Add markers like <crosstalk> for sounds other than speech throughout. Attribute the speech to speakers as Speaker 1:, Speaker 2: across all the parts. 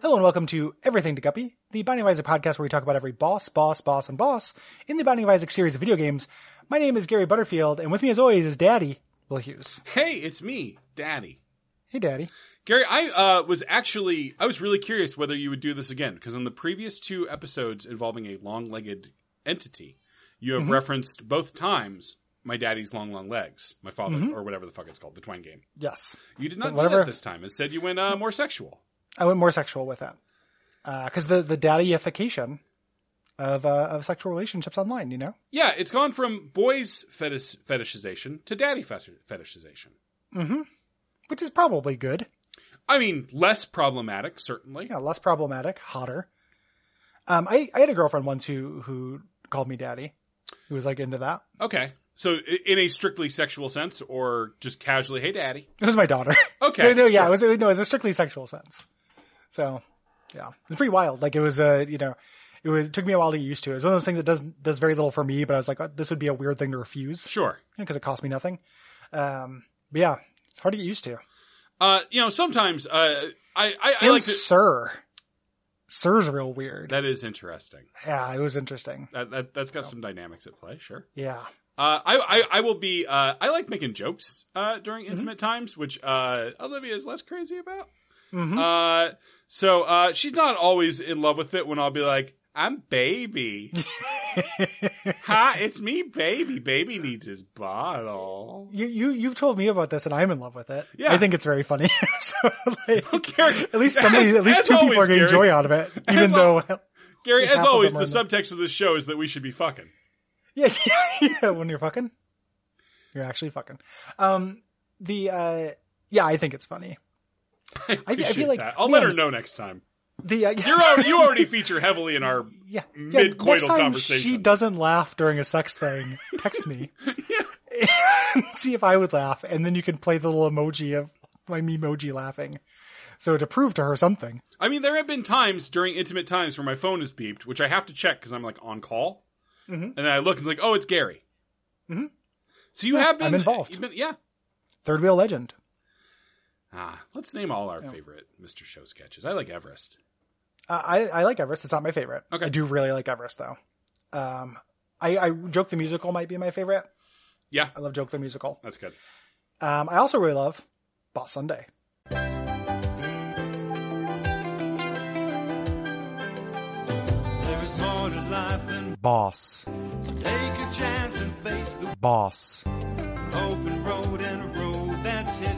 Speaker 1: Hello and welcome to Everything to Guppy, the Binding of Isaac podcast where we talk about every boss, boss, boss, and boss in the Binding of Isaac series of video games. My name is Gary Butterfield, and with me as always is Daddy Will Hughes.
Speaker 2: Hey, it's me, Daddy.
Speaker 1: Hey, Daddy.
Speaker 2: Gary, I uh, was actually I was really curious whether you would do this again because on the previous two episodes involving a long-legged entity, you
Speaker 1: Mm-hmm.
Speaker 2: have referenced both times my daddy's long, long legs, my father or whatever the fuck it's called, the Twine game.
Speaker 1: Yes,
Speaker 2: You did not do
Speaker 1: Mm-hmm. Whatever. Mm-hmm.
Speaker 2: that this time. Instead, you went uh, more sexual.
Speaker 1: I went more sexual with that because the the daddyification of uh, of sexual relationships online. You know,
Speaker 2: Yeah, it's gone from boys fetish fetishization to daddy feti- fetishization.
Speaker 1: which is probably good.
Speaker 2: I mean, less problematic, certainly.
Speaker 1: Yeah, less problematic, hotter. Um, I I had a girlfriend once who who called me daddy, who was like into that.
Speaker 2: Okay. So, i- in a strictly sexual sense, or just casually, hey, daddy.
Speaker 1: It was my daughter.
Speaker 2: Okay,
Speaker 1: no, yeah,
Speaker 2: sure.
Speaker 1: it was no, it was a strictly sexual sense. So, yeah, it's pretty wild. Like it was a, uh, you know, it was it took me a while to get used to. It was one of those things that does not does very little for me, but I was like, oh, this would be a weird thing to refuse
Speaker 2: Sure.
Speaker 1: because it cost me nothing. Um, but yeah, it's hard to get used to.
Speaker 2: Uh, you know, sometimes uh, I I, I
Speaker 1: And
Speaker 2: like to.
Speaker 1: sir, sir's real weird.
Speaker 2: That is interesting.
Speaker 1: yeah, it was interesting.
Speaker 2: That, that that's
Speaker 1: Oh.
Speaker 2: got some dynamics at play. Sure.
Speaker 1: Yeah,
Speaker 2: Uh, I, I I will be. Uh, I like making jokes uh, during
Speaker 1: Mm-hmm.
Speaker 2: intimate times, which uh, Olivia is less crazy about.
Speaker 1: Mhm.
Speaker 2: Uh, so uh, she's not always in love with it when I'll be like, "I'm
Speaker 1: <laughs>
Speaker 2: baby." Hi, it's me, baby. Baby needs his bottle.
Speaker 1: you you you've told me about this, and I'm in love with it.
Speaker 2: Yeah.
Speaker 1: I think it's very funny. <laughs> so, like,
Speaker 2: Gary,
Speaker 1: <laughs> at least somebody,
Speaker 2: as-
Speaker 1: at least
Speaker 2: as
Speaker 1: two people
Speaker 2: always,
Speaker 1: are getting
Speaker 2: Gary.
Speaker 1: joy out of it, even though.
Speaker 2: al- Gary,
Speaker 1: half
Speaker 2: as
Speaker 1: of
Speaker 2: always,
Speaker 1: them
Speaker 2: the
Speaker 1: are in
Speaker 2: subtext of this show is that we should be fucking.
Speaker 1: Yeah, <laughs> yeah, yeah, when you're fucking, you're actually fucking. Um, the uh, yeah, I think it's funny.
Speaker 2: <laughs> I, appreciate
Speaker 1: feel like-
Speaker 2: that. I'll let
Speaker 1: man-
Speaker 2: her know next time.
Speaker 1: The uh,
Speaker 2: You're already, you already feature heavily in our.
Speaker 1: <laughs> yeah,
Speaker 2: mid-coital
Speaker 1: next time She
Speaker 2: conversations.
Speaker 1: doesn't laugh during a sex thing. Text me,
Speaker 2: <laughs>
Speaker 1: <laughs> see if I would laugh, and then you can play the little emoji of my memoji laughing. So to prove to her something,
Speaker 2: I mean, there have been times during intimate times where my phone is beeped, which I have to check because I'm like on call,
Speaker 1: Mhm.
Speaker 2: and then I look and it's like, oh, it's Gary.
Speaker 1: Mhm.
Speaker 2: So you
Speaker 1: Yeah,
Speaker 2: have been
Speaker 1: I'm involved.
Speaker 2: you've been- yeah.
Speaker 1: third wheel legend.
Speaker 2: Ah, let's name all our favorite Mr. Show sketches. I like Everest.
Speaker 1: Uh, I I like Everest. It's not my favorite.
Speaker 2: Okay.
Speaker 1: I do really like Everest though. Um, I I joke the musical might be my favorite.
Speaker 2: Yeah,
Speaker 1: I love joke the musical.
Speaker 2: that's good.
Speaker 1: Um, I also really love Boss Sunday.
Speaker 3: There is more to life than
Speaker 4: Boss.
Speaker 3: so take a chance and face the
Speaker 4: Boss.
Speaker 3: open road and a road that's hit.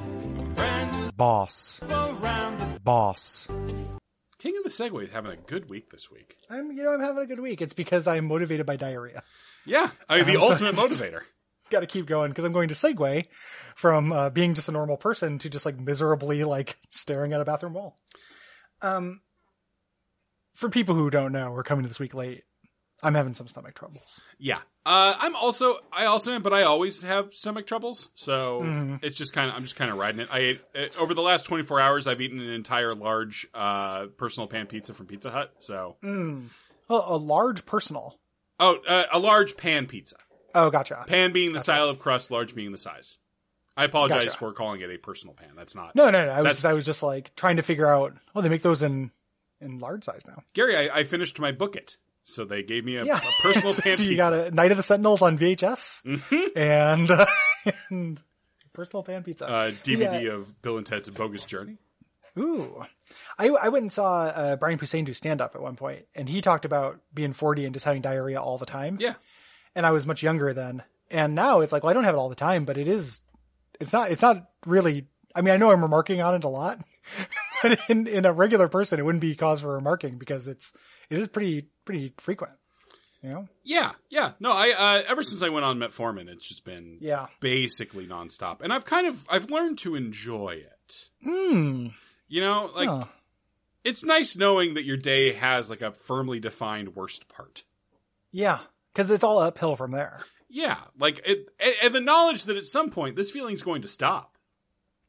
Speaker 3: Brand
Speaker 4: Boss.
Speaker 3: new around the
Speaker 4: Boss.
Speaker 2: King of the Segway is having a good week this week.
Speaker 1: I'm you know I'm having a good week. It's because I'm motivated by diarrhea. <laughs>
Speaker 2: Yeah, I mean, the
Speaker 1: I'm so-
Speaker 2: ultimate motivator.
Speaker 1: Got to keep going because I'm going to segue from uh, being just a normal person to just like miserably like staring at a bathroom wall. Um, for people who don't know, we're coming to this week late. I'm having some stomach troubles.
Speaker 2: Yeah. Uh, I'm also I also am, but I always have stomach troubles, so
Speaker 1: Mm-hmm.
Speaker 2: it's just kind of I'm just kind of riding it. I ate, uh, over the last 24 hours I've eaten an entire large uh, personal pan pizza from Pizza Hut. So
Speaker 1: Mm. Hmm. A, a large personal.
Speaker 2: oh, uh, a large pan pizza.
Speaker 1: Oh, gotcha.
Speaker 2: Pan being the style of crust, large being the size. I apologize
Speaker 1: Gotcha.
Speaker 2: for calling it a personal pan. That's not
Speaker 1: No, no, no. I was
Speaker 2: That's-
Speaker 1: just, I was just like trying to figure out. Well, they make those in in large size now.
Speaker 2: Gary. I, I finished my book it, so they gave me a,
Speaker 1: yeah,
Speaker 2: a personal
Speaker 1: <laughs> so,
Speaker 2: pan
Speaker 1: so
Speaker 2: pizza. Mm-hmm.
Speaker 1: you got a Night of the Sentinels on VHS and uh, and <laughs> personal pan pizza.
Speaker 2: uh, DVD of Bill and Ted's Bogus Journey.
Speaker 1: Ooh, I I went and saw uh, Brian Posehn do stand up at one point, and he talked about being forty and just having diarrhea all the time.
Speaker 2: Yeah.
Speaker 1: and I was much younger then, and now it's like, well, I don't have it all the time, but it is. It's not. It's not really. I mean, I know I'm remarking on it a lot, <laughs> but in in a regular person, it wouldn't be cause for remarking because it's it is pretty pretty frequent. You know.
Speaker 2: Yeah, yeah. No, I uh, ever since I went on metformin, it's just been
Speaker 1: Yeah.
Speaker 2: basically nonstop, and I've kind of I've learned to enjoy it.
Speaker 1: Hmm.
Speaker 2: You know, like
Speaker 1: Huh.
Speaker 2: it's nice knowing that your day has like a firmly defined worst part.
Speaker 1: Yeah, because it's all uphill from there.
Speaker 2: Yeah, like it, and, and the knowledge that at some point this feeling's going to stop.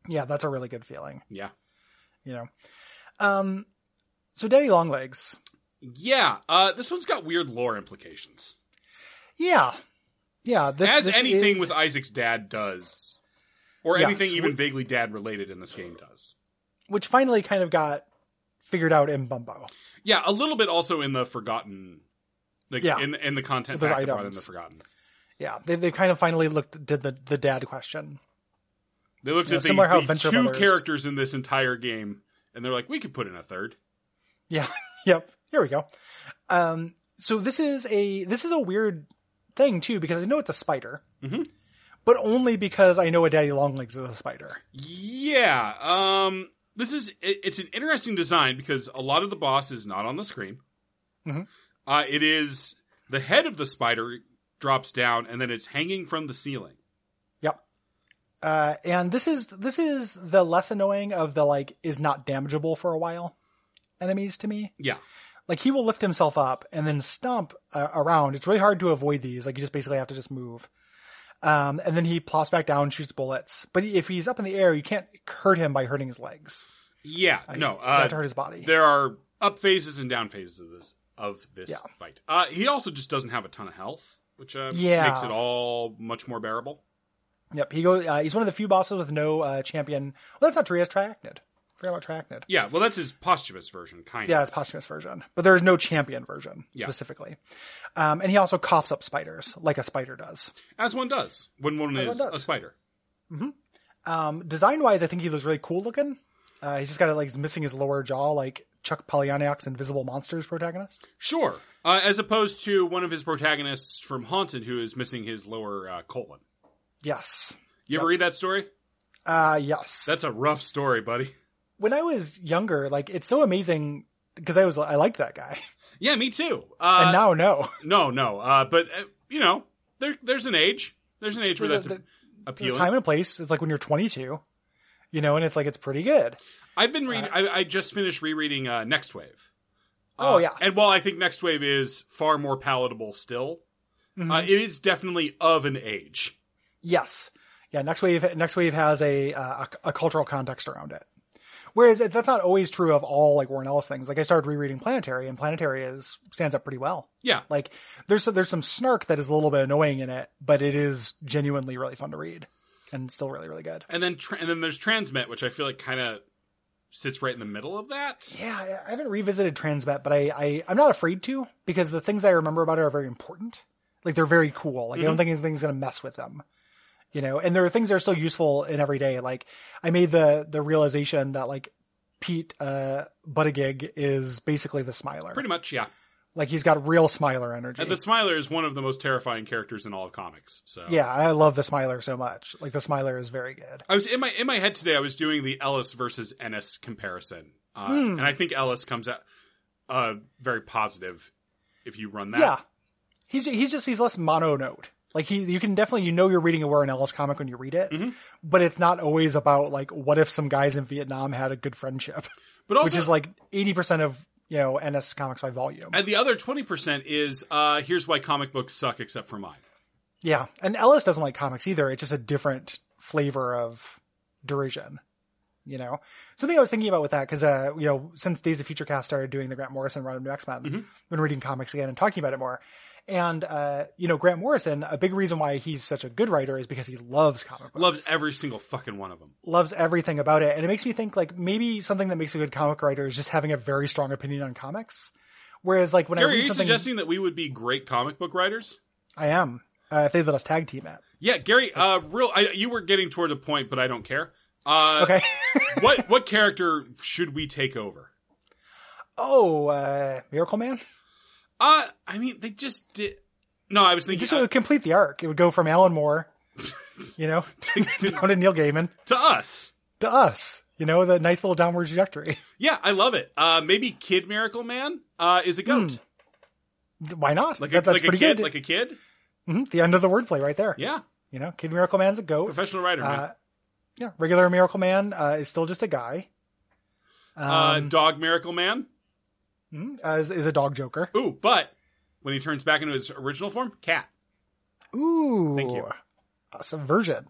Speaker 1: Yeah, that's a really good feeling.
Speaker 2: Yeah,
Speaker 1: You know. Um. So, Daddy Longlegs.
Speaker 2: yeah. Uh, this one's got weird lore implications,
Speaker 1: Yeah. Yeah. This,
Speaker 2: as
Speaker 1: this
Speaker 2: anything
Speaker 1: is-
Speaker 2: with Isaac's dad does, or
Speaker 1: Yes.
Speaker 2: anything even vaguely dad related in this game does.
Speaker 1: which finally kind of got figured out in Bumbo.
Speaker 2: Yeah, a little bit also in the forgotten, like
Speaker 1: Yeah.
Speaker 2: in in the content
Speaker 1: Those
Speaker 2: pack that brought in the
Speaker 1: items.
Speaker 2: forgotten.
Speaker 1: Yeah, they they kind of finally looked did the the dad question.
Speaker 2: They looked
Speaker 1: Yeah,
Speaker 2: at the,
Speaker 1: similar how
Speaker 2: the
Speaker 1: Venture
Speaker 2: two
Speaker 1: Brothers-
Speaker 2: characters in this entire game, and they're like, we could put in a third.
Speaker 1: Yeah. yep. Here we go. Um, so this is a this is a weird thing too because I know it's a spider,
Speaker 2: Mhm.
Speaker 1: but only because I know a daddy longlegs is a spider.
Speaker 2: Yeah. Um. This is it, it's an interesting design because a lot of the boss is not on the screen.
Speaker 1: Mhm.
Speaker 2: Uh, it is the head of the spider drops down, and then it's hanging from the ceiling.
Speaker 1: Yep. Uh, and this is this is the less annoying of the like is not damageable for a while enemies to me.
Speaker 2: Yeah.
Speaker 1: Like he will lift himself up and then stomp uh, around. It's really hard to avoid these. Like you just basically have to just move. Um, and then he plops back down, shoots bullets. But if he's up in the air, you can't hurt him by hurting his legs.
Speaker 2: Yeah. no.
Speaker 1: you have to
Speaker 2: Uh,
Speaker 1: hurt his body.
Speaker 2: there are up phases and down phases of this of this
Speaker 1: Yeah.
Speaker 2: fight. Uh, he also just doesn't have a ton of health, which uh,
Speaker 1: Yeah.
Speaker 2: makes it all much more bearable.
Speaker 1: Yep, he goes. Uh, he's one of the few bosses with no uh, champion. Well, that's not true. He has Triacnid. Forgot about Triacnid.
Speaker 2: Yeah. Well, that's his posthumous version, kind
Speaker 1: Yeah,
Speaker 2: of.
Speaker 1: it's posthumous version, but there is no champion version
Speaker 2: Yeah.
Speaker 1: specifically. Um, and he also coughs up spiders like a spider does.
Speaker 2: As one does when one
Speaker 1: As one
Speaker 2: is
Speaker 1: does.
Speaker 2: a spider.
Speaker 1: Um, design wise, I think he looks really cool looking. Uh, he's just got it like he's missing his lower jaw, like Chuck Palahniuk's Invisible Monsters protagonist.
Speaker 2: Sure. Uh, as opposed to one of his protagonists from Haunted who is missing his lower uh, colon.
Speaker 1: Yes,
Speaker 2: You ever read that story?
Speaker 1: uh, yes.
Speaker 2: That's a rough story, buddy. <laughs>
Speaker 1: when I was younger, like it's so amazing because I was I liked that guy,
Speaker 2: Yeah, me too.
Speaker 1: and
Speaker 2: Uh,
Speaker 1: now no.
Speaker 2: no, no. Uh, but, uh, you know, there, there's an age. There's an age
Speaker 1: <laughs>
Speaker 2: where
Speaker 1: There's
Speaker 2: that's
Speaker 1: a- There's
Speaker 2: a- appealing.
Speaker 1: time and place. It's like when you're 22, you know, and it's like it's pretty good.
Speaker 2: I've been reading, I, I just finished rereading uh, Next Wave.
Speaker 1: Uh, Oh,
Speaker 2: Uh,
Speaker 1: yeah.
Speaker 2: And while I think Next Wave is far more palatable still,
Speaker 1: Mm-hmm.
Speaker 2: uh, it is definitely of an age.
Speaker 1: Yes. Yeah. Next wave. Next wave has a uh, a, a cultural context around it. Whereas it, that's not always true of all like Warren Ellis things. Like I started rereading Planetary, and Planetary is stands up pretty well.
Speaker 2: Yeah.
Speaker 1: Like there's some- there's some snark that is a little bit annoying in it, but it is genuinely really fun to read, and still really really good.
Speaker 2: And then, tra- and then there's Transmit, which I feel like kind of sits right in the middle of that.
Speaker 1: Yeah, I- I haven't revisited Transmet, but I, I I'm not afraid to because the things I remember about it are very important. Like they're very cool. Like I
Speaker 2: Mm-hmm.
Speaker 1: don't think anything's gonna mess with them. You know, and there are things that are so useful in every day. Like I made the the realization that like Pete uh Buttigieg is basically the Smiler.
Speaker 2: Pretty much, yeah.
Speaker 1: like he's got real Smiler energy.
Speaker 2: And the Smiler is one of the most terrifying characters in all of comics. So
Speaker 1: yeah, I love the Smiler so much. Like the Smiler is very good.
Speaker 2: I was in my in my head today. I was doing the Ellis versus Ennis comparison, uh,
Speaker 1: Hmm.
Speaker 2: and I think Ellis comes out uh, very positive if you run that.
Speaker 1: Yeah. He's he's just he's less mono note. Like he you can definitely you know you're reading a Warren Ellis comic when you read it,
Speaker 2: Mhm.
Speaker 1: but it's not always about like what if some guys in Vietnam had a good friendship,
Speaker 2: but also
Speaker 1: which is like 80% of, you know, NS comics by volume.
Speaker 2: and the other twenty percent is uh, here's why comic books suck except for mine.
Speaker 1: yeah. And Ellis doesn't like comics either. It's just a different flavor of derision. You know, something I was thinking about with that because uh, you know, since Days of Future Cast started doing the Grant Morrison run of New X Men,
Speaker 2: Mhm.
Speaker 1: been reading comics again and talking about it more. And uh, you know, Grant Morrison, a big reason why he's such a good writer is because he loves comic books,
Speaker 2: Loves every single fucking one of them.
Speaker 1: loves everything about it, and it makes me think like maybe something that makes a good comic writer is just having a very strong opinion on comics. Whereas, like when I
Speaker 2: Gary, are
Speaker 1: read
Speaker 2: you
Speaker 1: something,
Speaker 2: suggesting that we would be great comic book writers?
Speaker 1: I am uh, if they let us tag team it.
Speaker 2: Yeah, Gary. Uh, real. I, you were getting toward the point, but I don't care. Uh,
Speaker 1: Okay. <laughs>
Speaker 2: what what character should we take over?
Speaker 1: oh, uh, Miracle Man.
Speaker 2: Uh, I mean, they just did. No, I was thinking
Speaker 1: Just to complete the arc, it would go from Alan
Speaker 2: <laughs>
Speaker 1: Moore, you know,
Speaker 2: uh, to, to-
Speaker 1: <laughs> down to Neil Gaiman
Speaker 2: uh, to us.
Speaker 1: to us. You know, the nice little downward trajectory. <laughs>
Speaker 2: Yeah, I love it. Uh, maybe Kid Miracle Man uh, is a goat,
Speaker 1: Why not?
Speaker 2: like
Speaker 1: Hmm,
Speaker 2: a,
Speaker 1: That- that's
Speaker 2: like a
Speaker 1: pretty
Speaker 2: kid,
Speaker 1: good.
Speaker 2: like a kid.
Speaker 1: Mhm, the end of the wordplay right there.
Speaker 2: Yeah,
Speaker 1: You know, Kid Miracle Man's a goat.
Speaker 2: professional writer. man.
Speaker 1: Uh, yeah, regular Miracle Man uh, is still just a guy.
Speaker 2: uh,
Speaker 1: Um,
Speaker 2: Dog Miracle Man.
Speaker 1: mhm, uh, is, is a dog joker.
Speaker 2: Ooh, but when he turns back into his original form, cat.
Speaker 1: Ooh,
Speaker 2: Thank you.
Speaker 1: A subversion.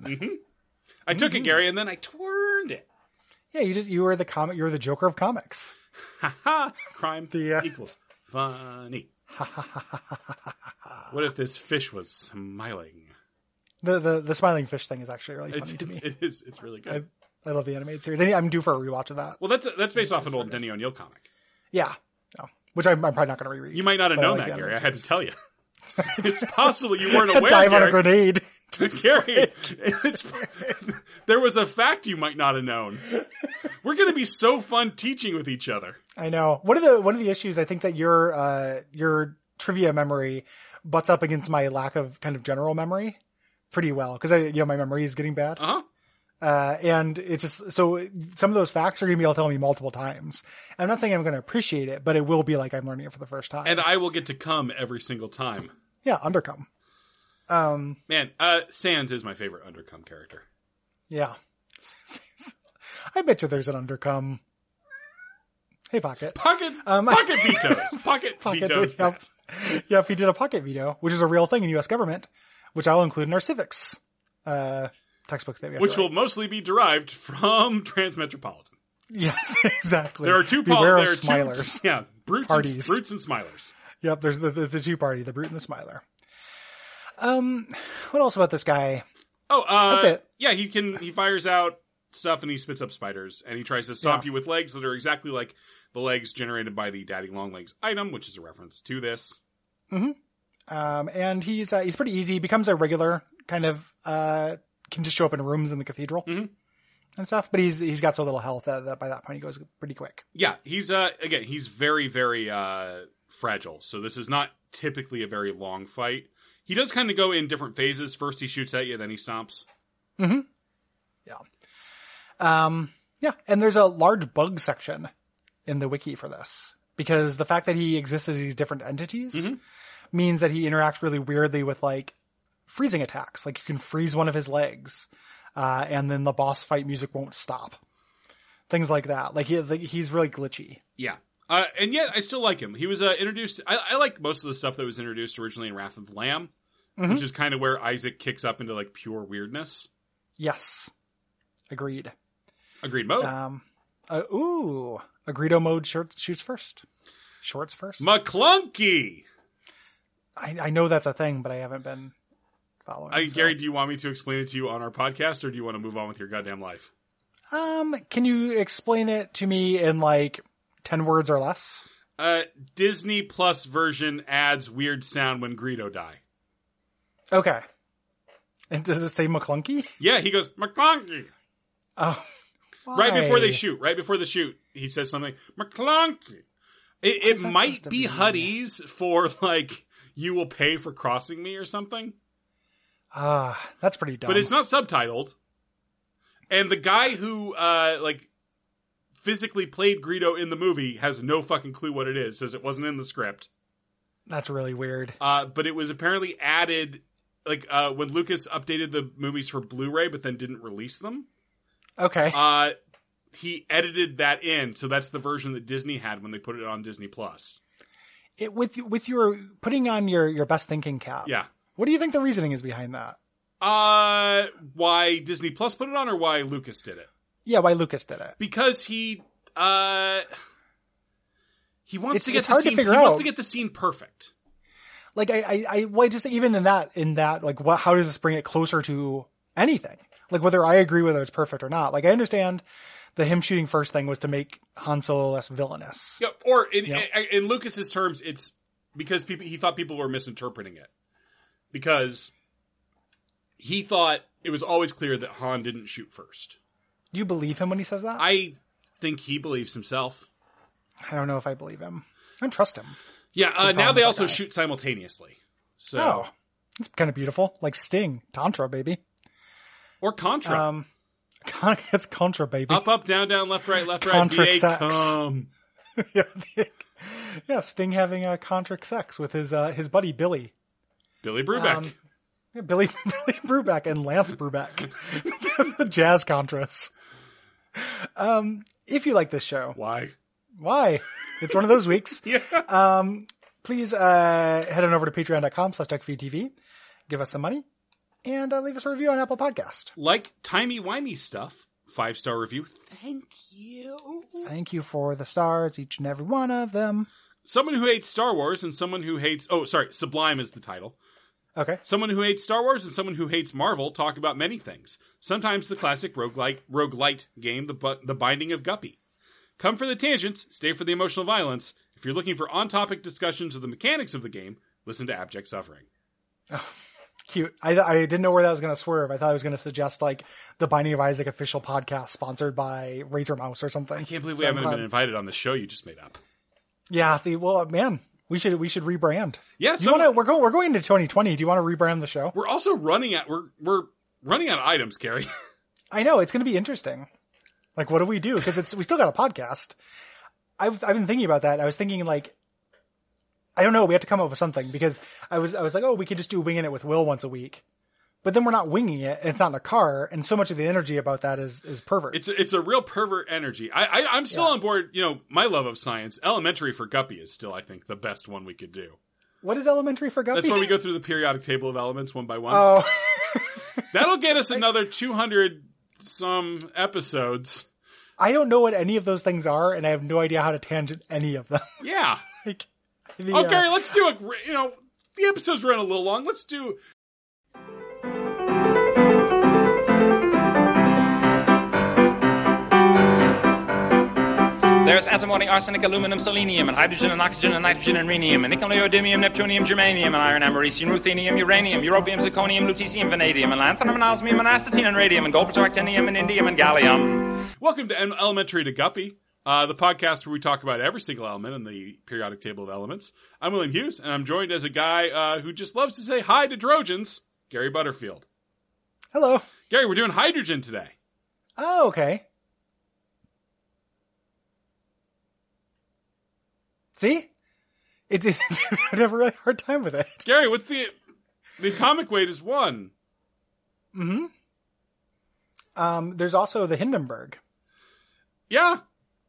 Speaker 2: I took
Speaker 1: Mm-hmm.
Speaker 2: it, Gary, and then I turned it.
Speaker 1: Yeah, you just you were the comic. You were the Joker of comics.
Speaker 2: Ha ha! Crime
Speaker 1: The, uh,
Speaker 2: equals
Speaker 1: <laughs>
Speaker 2: funny. what if this fish was smiling?
Speaker 1: The the the smiling fish thing is actually really funny
Speaker 2: It's,
Speaker 1: to me.
Speaker 2: it's, it is, it's really good.
Speaker 1: I love the animated series. I need- I'm due for a rewatch of that.
Speaker 2: Well, that's that's based off an old Denny O'Neill comic.
Speaker 1: Yeah, no. which I'm, I'm probably not going to reread.
Speaker 2: You might not have
Speaker 1: But I
Speaker 2: known
Speaker 1: like
Speaker 2: that,
Speaker 1: the
Speaker 2: Gary. I
Speaker 1: animated
Speaker 2: had
Speaker 1: <laughs>
Speaker 2: to tell you. it's possible you weren't aware.
Speaker 1: dive on a
Speaker 2: Gary.
Speaker 1: grenade.
Speaker 2: <laughs> Gary, it's, there was a fact you might not have known. We're going to be so fun teaching with each other.
Speaker 1: I know. One of the one of the issues I think that your uh, your trivia memory butts up against my lack of kind of general memory pretty well because I you know my memory is getting bad.
Speaker 2: Uh huh.
Speaker 1: uh, and it's just so some of those facts are going to be able to tell me multiple times. I'm not saying I'm going to appreciate it, but it will be like I'm learning it for the first time.
Speaker 2: And I will get to come every single time.
Speaker 1: yeah, undercome. Um,
Speaker 2: Man, uh, Sans is my favorite undercome character.
Speaker 1: yeah. <laughs> I bet you there's an undercome. Hey, pocket.
Speaker 2: Pocket,
Speaker 1: Um, <laughs>
Speaker 2: pocket vetoes. Pocket,
Speaker 1: Pocket
Speaker 2: vetoes.
Speaker 1: yep.
Speaker 2: That.
Speaker 1: Yep, he did a pocket veto, which is a real thing in U.S. government, which I'll include in our civics uh, textbook that we have.
Speaker 2: Which
Speaker 1: to
Speaker 2: will
Speaker 1: write.
Speaker 2: mostly be derived from <laughs> Transmetropolitan.
Speaker 1: <laughs> yes, exactly.
Speaker 2: There are two pol-
Speaker 1: Beware
Speaker 2: there
Speaker 1: of
Speaker 2: are <laughs>
Speaker 1: smilers.
Speaker 2: Two, yeah, brutes and,
Speaker 1: Parties.
Speaker 2: brutes and smilers.
Speaker 1: Yep, there's the, the the two party, the brute and the smiler. Um, what else about this guy?
Speaker 2: Oh, uh,
Speaker 1: That's it.
Speaker 2: Yeah, he can. He fires out stuff and he spits up spiders and he tries to stomp
Speaker 1: Yeah.
Speaker 2: you with legs that are exactly like the legs generated by the Daddy Longlegs item, which is a reference to this.
Speaker 1: um, and he's uh, he's pretty easy. He becomes a regular kind of uh, can just show up in rooms in the cathedral
Speaker 2: Mhm.
Speaker 1: and stuff. But he's he's got so little health that, that by that point he goes pretty quick.
Speaker 2: Yeah, he's uh again he's very very uh fragile. So this is not typically a very long fight. He does kind of go in different phases. First he shoots at you, then he stomps.
Speaker 1: Um, yeah, and there's a large bug section in the wiki for this because the fact that he exists as these different entities means that he interacts really weirdly with like freezing attacks. Like you can freeze one of his legs, uh, and then the boss fight music won't stop. Things like that. Like he like, he's really glitchy.
Speaker 2: Yeah. Uh, and yet I still like him. He was uh, introduced. I, I like most of the stuff that was introduced originally in Wrath of the Lamb, which is kind of where Isaac kicks up into like pure weirdness.
Speaker 1: Yes, agreed.
Speaker 2: Agreed mode.
Speaker 1: Um, uh, ooh, a Greedo mode shirt shoots first, shorts first.
Speaker 2: McClunky.
Speaker 1: I, I know that's a thing, but I haven't been following.
Speaker 2: Uh,
Speaker 1: so-
Speaker 2: Gary, do you want me to explain it to you on our podcast, or do you want to move on with your goddamn life?
Speaker 1: um, can you explain it to me in like ten words or less?
Speaker 2: Uh, Disney Plus version adds weird sound when Greedo die.
Speaker 1: Okay. And does it say McClunky? <laughs>
Speaker 2: Yeah, he goes McClunky
Speaker 1: Oh,
Speaker 2: right
Speaker 1: why?
Speaker 2: before they shoot. Right before the shoot, he says something McClunky. It, it
Speaker 1: is that supposed
Speaker 2: might
Speaker 1: to
Speaker 2: be
Speaker 1: be?
Speaker 2: Huddy's for like you will pay for crossing me or something,
Speaker 1: Ah, that's pretty dumb.
Speaker 2: but it's not subtitled. And the guy who uh like physically played Greedo in the movie has no fucking clue what it is. Says it wasn't in the script.
Speaker 1: that's really weird.
Speaker 2: uh, but it was apparently added like uh, when Lucas updated the movies for Blu-ray, but then didn't release them.
Speaker 1: Okay.
Speaker 2: Uh, he edited that in, so that's the version that Disney had when they put it on Disney Plus.
Speaker 1: it, with with your putting on your your best thinking cap.
Speaker 2: Yeah.
Speaker 1: What do you think the reasoning is behind that?
Speaker 2: Uh, why Disney Plus put it on, or why Lucas did it?
Speaker 1: Yeah, why Lucas did it?
Speaker 2: Because he uh, he wants
Speaker 1: It's-
Speaker 2: to get
Speaker 1: it's
Speaker 2: the
Speaker 1: hard to
Speaker 2: scene. he
Speaker 1: figure
Speaker 2: wants
Speaker 1: out.
Speaker 2: to get the scene perfect.
Speaker 1: like I, I, I, well, I just even in that, in that, like, what, how does this bring it closer to anything? Like, whether I agree whether it's perfect or not. Like, I understand the him shooting first thing was to make Han Solo less villainous.
Speaker 2: Yeah, or in,
Speaker 1: Yeah.
Speaker 2: in, in Lucas's terms, it's because people he thought people were misinterpreting it because he thought it was always clear that Han didn't shoot first.
Speaker 1: Do you believe him when he says that? I,
Speaker 2: I think he believes himself.
Speaker 1: don't know if I believe him. I don't trust him.
Speaker 2: Yeah. Uh, now
Speaker 1: with
Speaker 2: they
Speaker 1: that
Speaker 2: also
Speaker 1: guy.
Speaker 2: shoot simultaneously. So
Speaker 1: Oh, it's kind of beautiful. Like Sting, Tantra, baby.
Speaker 2: or Contra.
Speaker 1: Um, <laughs> it's Contra, baby.
Speaker 2: up, up, down, down, left, right, left, right.
Speaker 1: Contra
Speaker 2: VA,
Speaker 1: sex.
Speaker 2: come.
Speaker 1: <laughs> yeah, the- yeah, Sting having a Contra sex with his, uh, his buddy Billy.
Speaker 2: Billy Brubeck.
Speaker 1: Um, Yeah, Billy <laughs> Billy Brubeck and Lance Brubeck, <laughs> the jazz contras. Um, if you like this show,
Speaker 2: Why?
Speaker 1: why? It's one of those weeks.
Speaker 2: Yeah.
Speaker 1: Um, please uh, head on over to Patreon.com/slash/DuckFeedTV, give us some money, and uh, leave us a review on Apple Podcast.
Speaker 2: Like timey wimey stuff. Five star review. Thank you.
Speaker 1: Thank you for the stars, each and every one of them.
Speaker 2: someone who hates Star Wars and someone who hates oh sorry, Sublime is the title.
Speaker 1: Okay.
Speaker 2: Someone who hates Star Wars and someone who hates Marvel talk about many things. Sometimes the classic roguelike, roguelite game, the, Bu- the Binding of Guppy. Come for the tangents, stay for the emotional violence. If you're looking for on topic discussions of the mechanics of the game, listen to Abject Suffering.
Speaker 1: Cute. I, I didn't know where that was going to swerve. I thought I was going to suggest like the Binding of Isaac official podcast sponsored by Razor Mouse or something.
Speaker 2: I <laughs> can't believe we
Speaker 1: So I'm
Speaker 2: haven't
Speaker 1: glad-
Speaker 2: been invited on the show you just made up.
Speaker 1: Yeah. The, well, man, we should we should rebrand.
Speaker 2: Yeah,
Speaker 1: Do you
Speaker 2: someone-
Speaker 1: want to? We're going. We're going into 2020. Do you want to rebrand the show?
Speaker 2: we're also running out. We're we're running out of items, Carrie. <laughs>
Speaker 1: I know it's going to be interesting. Like, what do we do? Because it's we still got a podcast. I've I've been thinking about that. I was thinking like, I don't know. We have to come up with something because I was I was like, oh, we could just do winging it with Will once a week, but then we're not winging it, and it's not in a car, and so much of the energy about that is is perverts.
Speaker 2: It's it's a real pervert energy. I, I I'm still on board. You know, my love of science, Elementary for Guppy is still, I think, the best one we could do.
Speaker 1: what is elementary for guppy?
Speaker 2: That's when we go through the periodic table of elements one by one.
Speaker 1: <laughs> Oh,
Speaker 2: That'll get us another 200 some episodes.
Speaker 1: I don't know what any of those things are, and I have no idea how to tangent any of them. <laughs>
Speaker 2: Yeah.
Speaker 1: like, the,
Speaker 2: Oh,
Speaker 1: uh,
Speaker 2: Gary, let's do a. gr- You know, the episodes run a little long. Let's do.
Speaker 4: There's antimony, arsenic, aluminum, selenium, and hydrogen, and oxygen, and nitrogen, and rhenium, and nickel, neodymium, neptunium, germanium, and iron, americium, ruthenium, uranium, europium, zirconium, lutetium, vanadium, and lanthanum, and osmium, and astatine, and radium, and gold, actinium, and indium, and gallium.
Speaker 2: Welcome to Em- Elementary to Guppy, uh, the podcast where we talk about every single element in the periodic table of elements. I'm William Hughes, and I'm joined as a guy uh, who just loves to say hi to Trojans, Gary Butterfield.
Speaker 1: hello.
Speaker 2: Gary, we're doing hydrogen today.
Speaker 1: Oh, okay. See? <laughs> It is, I have a really hard time with it.
Speaker 2: Gary, what's the. The atomic weight is one.
Speaker 1: Mm-hmm. Um, there's also the Hindenburg,
Speaker 2: Yeah,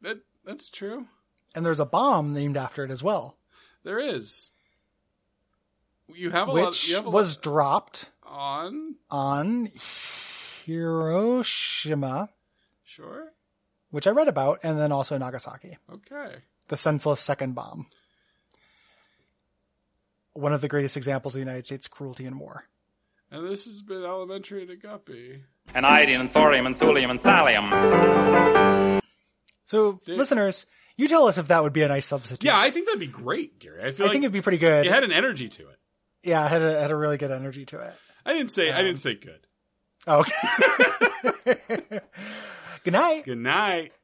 Speaker 2: that, that's true.
Speaker 1: and there's a bomb named after it as well,
Speaker 2: There is. You have a lot.
Speaker 1: which
Speaker 2: You have a
Speaker 1: was dropped
Speaker 2: lot on.
Speaker 1: on Hiroshima,
Speaker 2: Sure.
Speaker 1: which I read about, and then also Nagasaki,
Speaker 2: Okay.
Speaker 1: the senseless second bomb. One of the greatest examples of the United States cruelty in war.
Speaker 2: And this has been elementary to Guppy.
Speaker 4: And iodine, and thorium, and thulium, and thallium.
Speaker 1: So,
Speaker 2: Dude.
Speaker 1: listeners, you tell us if that would be a nice substitute.
Speaker 2: Yeah, I think that'd be great, Gary. I feel
Speaker 1: I
Speaker 2: like
Speaker 1: think it'd be pretty good.
Speaker 2: it had an energy to it.
Speaker 1: yeah, it had a, had a really good energy to it.
Speaker 2: I didn't say. I didn't say good.
Speaker 1: Oh, okay. <laughs> good night.
Speaker 2: Good night.